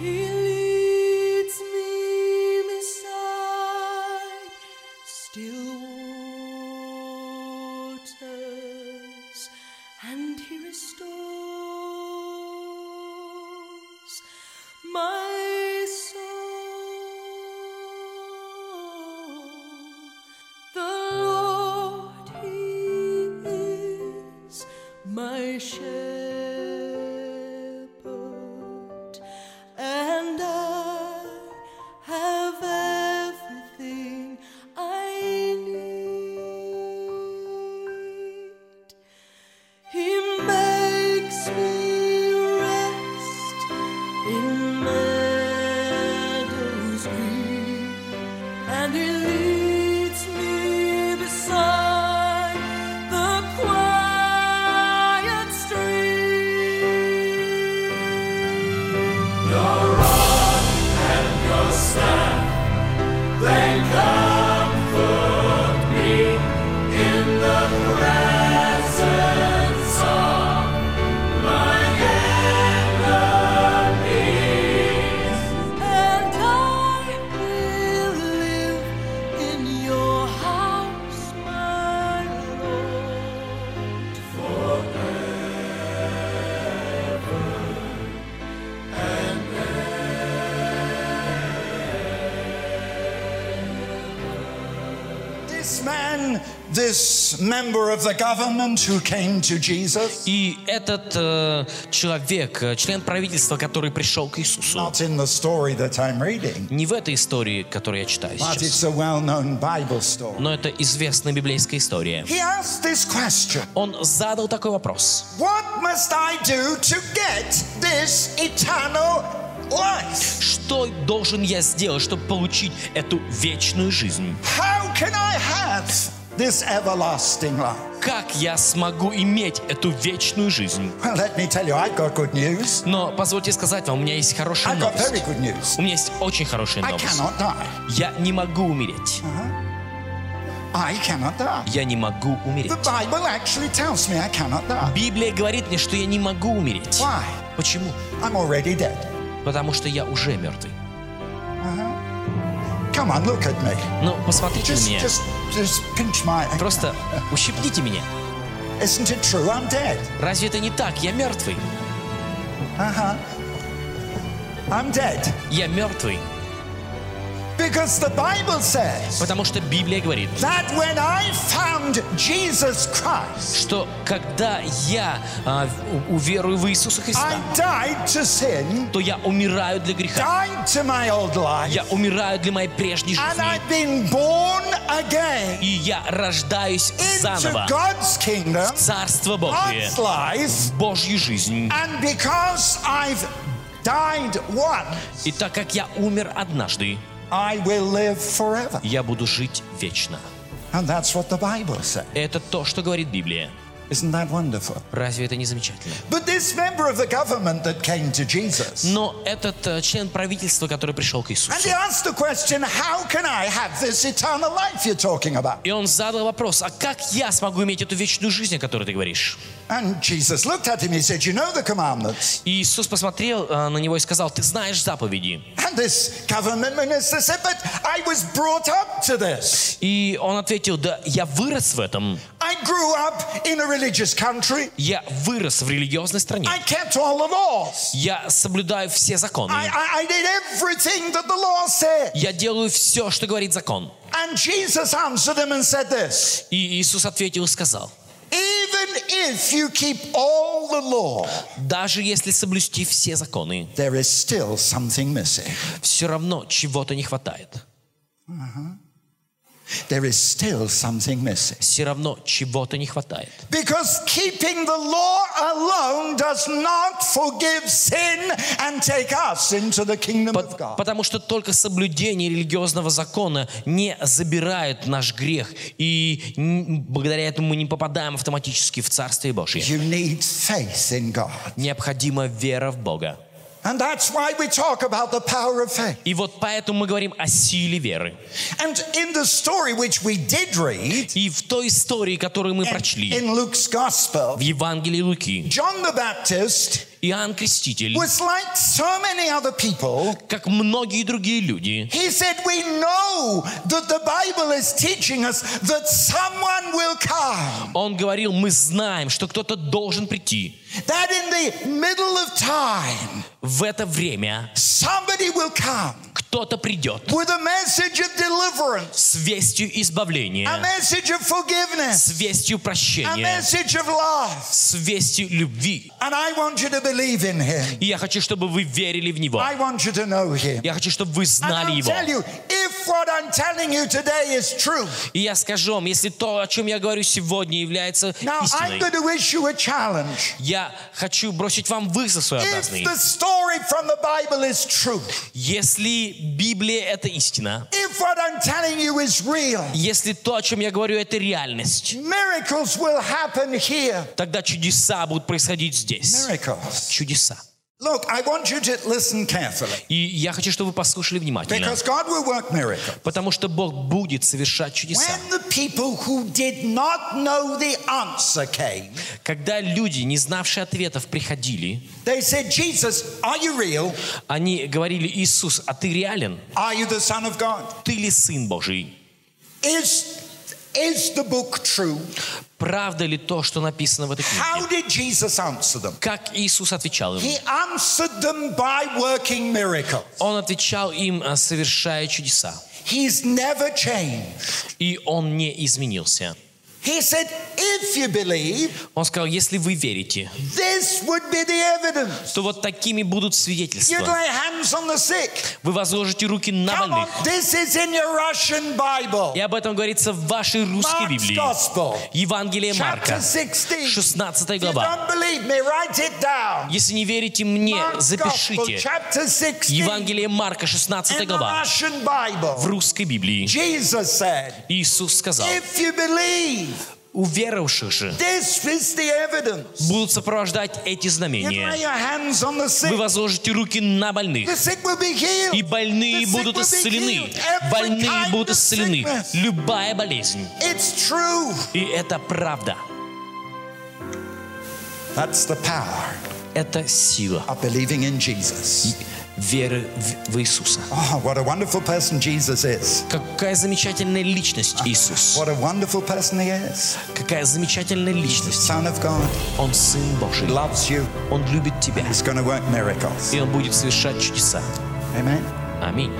He leads me beside still waters, and he restores my soul. The Lord, he is my shepherd, and I have everything I need. He makes me rest in meadows green, and He leads me beside the quiet stream. And I will live in your house, my Lord, This man, this member of the government who came to Jesus, И этот э, человек, э, член правительства, который пришел к Иисусу, not in the story that I'm reading, не в этой истории, которую я читаю but it's сейчас, a well known Bible story. но это известная библейская история. He asked this question Он задал такой вопрос. What must I do to get this eternal life? Что должен я сделать, чтобы получить эту вечную жизнь? How can I have this everlasting life? Как я смогу иметь эту вечную жизnь? Well, let me tell you, I've got good news. Но позвольте сказать вам, у меня есть хорошая I've got very новость. good news. У меня есть очень хорошая I новость. cannot die. Я не могу умереть. I cannot die. Я не могу умереть. The Bible actually tells me I cannot die. Библия говорит мне, что я не могу умереть. Why? Почему? I'm already dead. Потому что я уже мертвый. Come on, look at me. Ну, посмотрите на Just, меня. just, just pinch my. Просто ущипните меня. Isn't it true? I'm dead. Разве это не так? Я мертвый. Uh-huh. I'm dead. Я мертвый. Because the Bible says Потому что Библия говорит, that when I found Jesus Christ, что когда я а, в- у- уверую в Иисуса I Христа, died to sin, то я умираю для греха. died to my old life, Я умираю для моей прежней and жизни. I've been born again И я рождаюсь into заново. God's kingdom, Царство Божье. God's life, в Божью жизнь. and because I've died once, И так как я умер однажды, I will live forever. я буду жить вечно. And that's what the Bible says. Это то, что говорит Библия. Isn't that wonderful? Разве это не замечательно? But this member of the government that came to Jesus, Но этот э, член правительства, который пришел and к he Иисусу, asked the question, How can I have this eternal life you're talking about? и он задал вопрос, а как я смогу иметь эту вечную жизнь, о которой ты говоришь? And Jesus looked at him, he said, You know the commandments. И Иисус посмотрел э, на него и сказал, ты знаешь заповеди. And this government minister said, But I was brought up to this. И он ответил, да, я вырос в этом. I grew up in a religious country. Я вырос в религиозной стране. I kept all the laws. Я соблюдаю все законы. I, I, I did everything that the law said. Я делаю все, что говорит закон. And Jesus answered him and said this И Иисус ответил и сказал, Even if you keep all the law, даже если соблюсти все законы, there is still something missing. все равно чего-то не хватает. there is still something missing. Все равно чего-то не хватает. Because keeping the law alone does not forgive sin and take us into the kingdom of По- God. потому что только соблюдение религиозного закона не забирает наш грех, и н- благодаря этому мы не попадаем автоматически в Царствие Божье. You need faith in God. Необходима вера в Бога. And that's why we talk about the power of faith. И вот поэтому мы говорим о силе веры. And in the story which we did read И в той истории, которую мы and прочли in Luke's gospel, в Евангелии Луки, John the Baptist Иоанн Креститель, was like so many other people. как многие другие люди, He said, We know that the Bible is teaching us that someone will come, он говорил, мы знаем, что кто-то должен прийти. that in the middle of time, В это время somebody will come кто-то придет with a message of deliverance, с вестью a избавления, message of forgiveness, с вестью a прощения, message of love. с вестью любви. And I want you to believe in him. И я хочу, чтобы вы верили в Него. I want you to know him. Я хочу, чтобы вы And знали I'll Его. tell you, if what I'm telling you today is true, И я скажу вам, если то, о чем я говорю сегодня, является now I'm истиной, going to issue a challenge. я хочу бросить вам вызов If своеобразный. the story from the Bible is true, Если Библия — это истина, if what I'm telling you is real, если то, о чем я говорю, это реальность, miracles will happen here. тогда чудеса будут происходить здесь. Miracles. Чудеса. Look, I want you to listen carefully И я хочу, чтобы вы послушали внимательно. because God will work miracles. Потому что Бог будет совершать чудеса. When the people who did not know the answer came, Когда люди, не знавшие ответов, приходили, they said, Jesus, are you real? они говорили, Иисус, а ты реален? Are you the Son of God? Ты ли Сын Божий? Is, is the book true? Правда ли то, что написано в этой How did книге? Jesus answer them? Как Иисус отвечал им? He answered them by working miracles. Он отвечал им, э, совершая чудеса. He's never changed. И он не изменился. He said, if you believe, Он сказал, если вы верите, this would be the evidence. то вот такими будут You'd свидетельства. lay hands on the sick. Вы возложите руки на Come on, больных. this is in your Russian Bible. И об этом говорится в вашей русской Mark's Библии. Gospel, Евангелие chapter Марка, 16. 16 If you глава. don't believe me, write it down. Если не верите мне, Mark's Gospel, запишите. chapter 16. Евангелие Марка, In 16 the глава. Russian В Bible, русской Библии Jesus said, Иисус сказал, if you believe, у веровавших же this is the evidence. будут сопровождать эти You lay знамения. your hands on the sick. Вы возложите руки на больных, The sick will be healed. и больные The sick будут will be исцелены. healed. Every Больные kind будут of исцелены. sickness. Любая болезнь. It's true. И это правда. That's the power Это сила of believing in Jesus. веры в, в Иисуса. Oh, what a wonderful person Jesus is. Какая замечательная личность Иисус. What a wonderful person he is. Какая замечательная личность. Son of God Он Сын Божий. loves you. Он любит тебя. He's going to work miracles. И Он будет совершать чудеса. Amen. Аминь.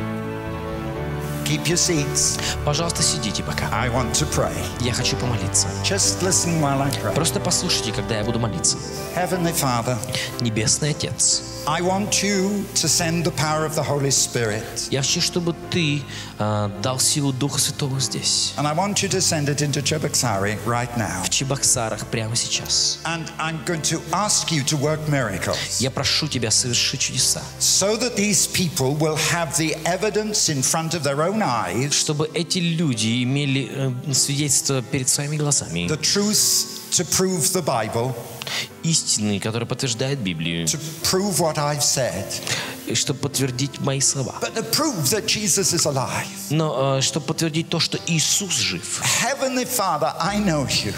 Keep your seats. Пожалуйста, сидите пока. I want to pray. Я хочу помолиться. Just listen while I pray. Просто послушайте, когда я буду молиться. Heavenly Father, Небесный Отец, I want you to send the power of the Holy Spirit. я хочу, чтобы Ты а, дал силу Духа Святого здесь, And I want you to send it into Cheboksari right now. в Чебоксарах, прямо сейчас. And I'm going to ask you to work miracles. Я прошу Тебя совершить чудеса, so that these people will have the evidence in front of their own eyes, чтобы эти люди имели э, свидетельство перед своими глазами, the truth to prove the Bible, истины, которые подтверждают Библию, to prove what I've said, и чтобы подтвердить мои слова. but to prove that Jesus is alive. Но э, чтобы подтвердить то, что Иисус жив. Heavenly Father, I know you.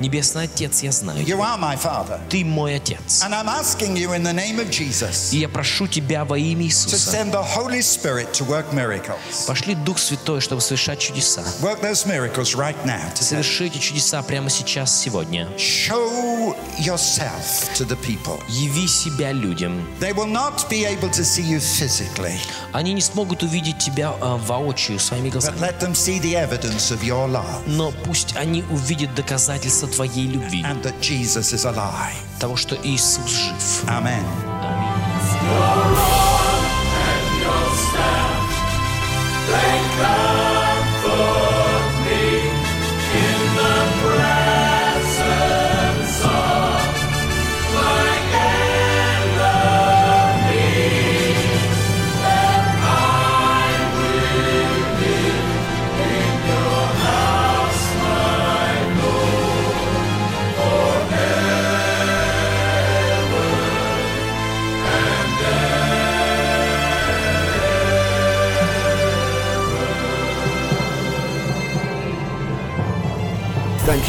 Небесный Отец, я знаю. You are my Father. Ты мой Отец. And I'm asking you in the name of И Jesus я прошу Тебя во имя to Иисуса. send the Holy Spirit to work miracles. Пошли Дух Святой, чтобы совершать чудеса. Work those miracles right now. Совершите чудеса прямо сейчас, сегодня. Show yourself to the people. Яви себя людям. They will not be able to see you physically, Они не смогут увидеть тебя э, воочию своими but глазами. let them see the evidence of your love. Но пусть они увидят доказательства твоей любви, and that Jesus is alive. того, что Иисус жив. Amen. Yeah. Thank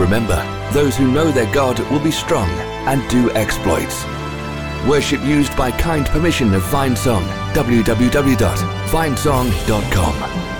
Remember, those who know their God will be strong and do exploits. Worship used by kind permission of Find Song. www.findsong.com.